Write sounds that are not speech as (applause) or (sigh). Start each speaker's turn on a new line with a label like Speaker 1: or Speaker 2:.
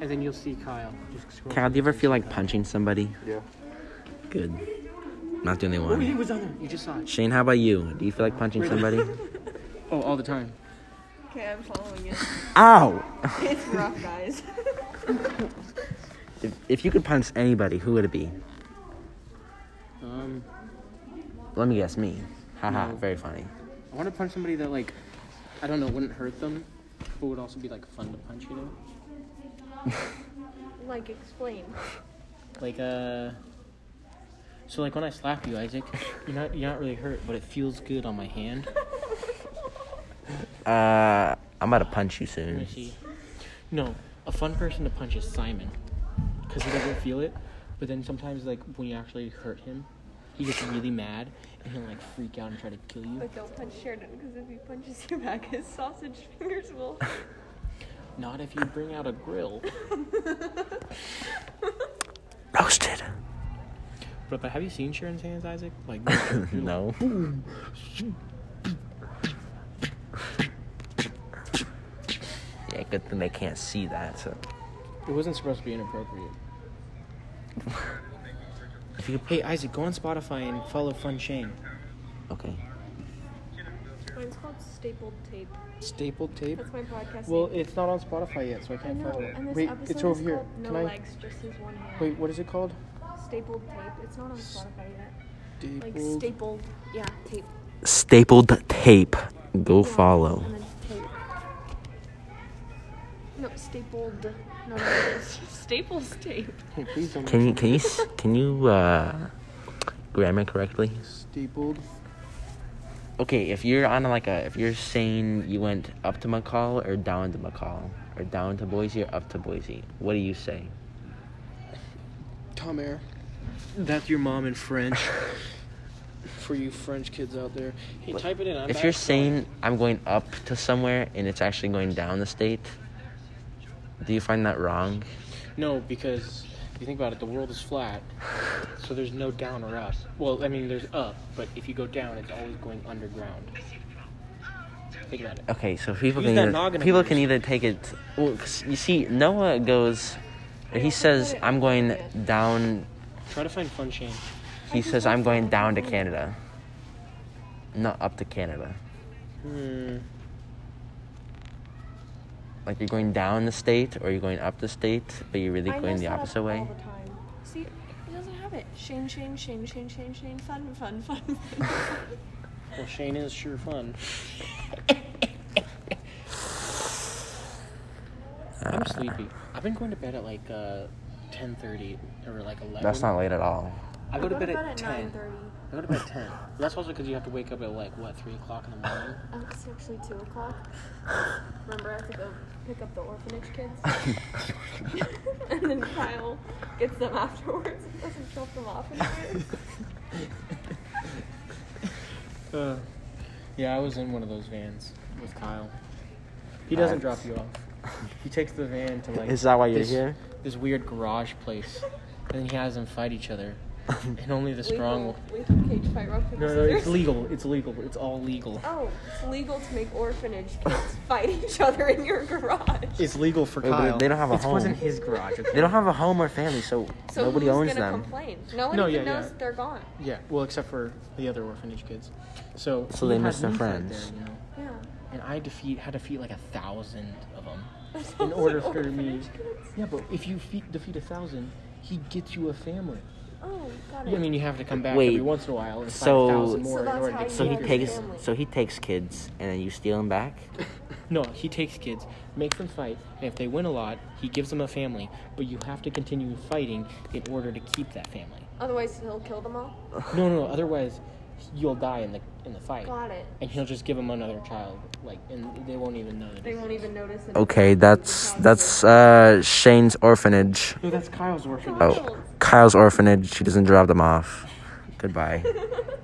Speaker 1: and then you'll see Kyle. Just scroll
Speaker 2: Kyle, do
Speaker 1: through
Speaker 2: you ever
Speaker 1: and
Speaker 2: feel
Speaker 1: see
Speaker 2: like
Speaker 1: Kyle.
Speaker 2: punching somebody?
Speaker 3: Yeah.
Speaker 2: Good. Not the only
Speaker 1: Oh, he
Speaker 2: one.
Speaker 1: was on there. You just saw it.
Speaker 2: Shane, how about you? Do you feel like punching somebody?
Speaker 1: Oh, all the time.
Speaker 4: Okay, I'm following it.
Speaker 2: Ow!
Speaker 4: (laughs) It's rough, guys.
Speaker 2: If, if you could punch anybody, who would it be?
Speaker 1: Um,
Speaker 2: Let me guess, me. Haha,
Speaker 1: No.
Speaker 2: very funny.
Speaker 1: I want to punch somebody that like, I don't know, wouldn't hurt them, but would also be like fun to punch. You know,
Speaker 4: (laughs) like, explain.
Speaker 1: like uh. So like when I slap you, Isaac, you're not you're not really hurt, but it feels good on my hand.
Speaker 2: Uh, I'm about to punch you
Speaker 1: Let
Speaker 2: soon.
Speaker 1: me see. No, a fun person to punch is Simon, because he doesn't feel it. But then sometimes like when you actually hurt him, he gets really mad and he'll like freak out and try to kill you.
Speaker 4: But don't punch Sheridan, because if he punches you back, his sausage (laughs) fingers will.
Speaker 1: Not if you bring out a grill.
Speaker 2: Roasted. (laughs)
Speaker 1: But, but have you seen Sharon's hands, Isaac? Like,
Speaker 2: No. yeah, good thing they can't see that. So,
Speaker 1: it wasn't supposed to be inappropriate.
Speaker 2: if you could,
Speaker 1: Hey, Isaac, go on Spotify and follow Fun Shane.
Speaker 2: okay.
Speaker 4: Mine's called stapled tape.
Speaker 1: Stapled tape.
Speaker 4: That's my podcast.
Speaker 1: Well,
Speaker 4: name.
Speaker 1: it's not on Spotify yet, so I
Speaker 4: I
Speaker 1: can't
Speaker 4: know,
Speaker 1: find it.
Speaker 4: and this
Speaker 1: Wait,
Speaker 4: episode
Speaker 1: it's over
Speaker 4: is
Speaker 1: here.
Speaker 4: called No
Speaker 1: Can I?
Speaker 4: Legs, just his one hand.
Speaker 1: Wait, what is it called?
Speaker 4: Stapled tape. It's not on Spotify yet. Like
Speaker 1: Stapled-
Speaker 4: stapled, yeah, tape.
Speaker 2: Stapled tape. Go
Speaker 4: Yeah,
Speaker 2: follow.
Speaker 4: and then tape. No, stapled. No, no, it's (laughs) staples tape.
Speaker 1: Hey, please don't.
Speaker 2: Can you can you s- can you uh, grammar correctly?
Speaker 1: Stapled.
Speaker 2: Okay, if you're on like a if you're saying you went up to McCall or down to McCall or down to Boise or up to Boise, what do you say?
Speaker 1: Tom Air. That's your mom in
Speaker 2: (laughs)
Speaker 1: French. For you French kids out there. Hey, type it in. I'm
Speaker 2: If
Speaker 1: back.
Speaker 2: you're saying I'm going up to somewhere and it's actually going down the state, do you find that wrong?
Speaker 1: No, because if you think about it, the world is flat, so there's no down or up. Well, I mean, there's up, but if you go down, it's always going underground. Think about it.
Speaker 2: Okay, so people
Speaker 1: Use
Speaker 2: can
Speaker 1: that
Speaker 2: either,
Speaker 1: noggin of
Speaker 2: people
Speaker 1: yours.
Speaker 2: can either take it. Well, 'cause you see, Noah goes. He says I'm going down.
Speaker 1: Try to find fun chain.
Speaker 2: He says I'm going down to Canada. Not up to Canada.
Speaker 1: Hmm.
Speaker 2: Like you're going down the state or you're going up the state, but you're really
Speaker 4: I
Speaker 2: going
Speaker 4: mess
Speaker 2: the
Speaker 4: that up
Speaker 2: opposite way.
Speaker 4: All the time. See, he doesn't have it. Shane, Shane, Shane, Shane, Shane, Shane. Fun, fun, fun. fun.
Speaker 1: Well, Shane is sure fun. I'm
Speaker 2: Ah.
Speaker 1: sleepy. I've been going to bed at like uh, 10:30 or like 11.
Speaker 2: That's not late at all.
Speaker 1: I go to
Speaker 4: What
Speaker 1: bed
Speaker 4: about
Speaker 1: at 10.
Speaker 4: 9:30.
Speaker 1: I go to bed at 10. That's also because you have to wake up at like what 3 o'clock in the morning.
Speaker 4: Oh, it's actually two o'clock. Remember, I have to go pick up the orphanage kids.
Speaker 1: (laughs)
Speaker 4: (laughs) and then Kyle gets them afterwards. and Doesn't drop them off anywhere.
Speaker 1: Uh, yeah, I was in one of those vans with Kyle. He doesn't drop
Speaker 2: That's-
Speaker 1: you off. He takes the van to like
Speaker 2: Is that why you're
Speaker 1: this-
Speaker 2: here?
Speaker 1: This weird garage place, and then he has them fight each
Speaker 2: (laughs)
Speaker 1: other, and only the strong.
Speaker 4: Legal, legal cage fight rock paper
Speaker 1: No, no, it's
Speaker 4: scissors.
Speaker 1: legal. It's legal. It's all legal.
Speaker 4: Oh, it's legal to make orphanage kids (laughs) fight each other in your garage.
Speaker 1: It's legal for
Speaker 2: Wait, but
Speaker 1: Kyle.
Speaker 2: they don't have a
Speaker 1: It wasn't
Speaker 2: home.
Speaker 1: his garage. okay?
Speaker 2: They don't have a home or family, so,
Speaker 4: So
Speaker 2: nobody
Speaker 4: who's
Speaker 2: owns
Speaker 4: gonna
Speaker 2: them.
Speaker 4: complain? No one
Speaker 1: No,
Speaker 4: even
Speaker 1: yeah,
Speaker 4: knows
Speaker 1: yeah.
Speaker 4: that they're gone.
Speaker 1: Yeah, well, except for the other orphanage kids. So.
Speaker 2: So
Speaker 1: he
Speaker 2: they
Speaker 1: had
Speaker 2: miss their
Speaker 1: me fight
Speaker 2: friends.
Speaker 1: there, you know,
Speaker 4: Yeah.
Speaker 1: And I defeat had to defeat like a thousand of
Speaker 4: (laughs)
Speaker 1: them.
Speaker 4: That
Speaker 1: (laughs)
Speaker 4: sounds
Speaker 1: In
Speaker 4: like
Speaker 1: order for me,
Speaker 4: orphanage kids.
Speaker 1: yeah, but if you fe- defeat a thousand, he gets you a family.
Speaker 4: Oh, got it.
Speaker 1: I mean, you have to come back
Speaker 2: Wait,
Speaker 1: every once in a while and find
Speaker 2: so-
Speaker 1: a thousand
Speaker 2: So
Speaker 1: more in
Speaker 4: that's
Speaker 1: order to
Speaker 4: how
Speaker 1: get
Speaker 4: you
Speaker 2: So he
Speaker 4: Yeah,
Speaker 2: takes
Speaker 4: family.
Speaker 2: so he takes kids and then you steal them back.
Speaker 1: No, he takes kids, makes them fight, and if they win a lot, he gives them a family. But you have to continue fighting in order to keep that family.
Speaker 4: Otherwise, he'll kill them all.
Speaker 1: No, no, no. Otherwise, you'll die in the in the fight,
Speaker 4: Got it.
Speaker 1: and he'll just give them another child. Like, and they won't even know. The
Speaker 4: They
Speaker 1: difference.
Speaker 4: won't even notice. it.
Speaker 2: Okay, that's that's uh, Shane's orphanage.
Speaker 1: No, that's Kyle's orphanage.
Speaker 2: Oh, Kyle's orphanage. She doesn't drop them off. Goodbye.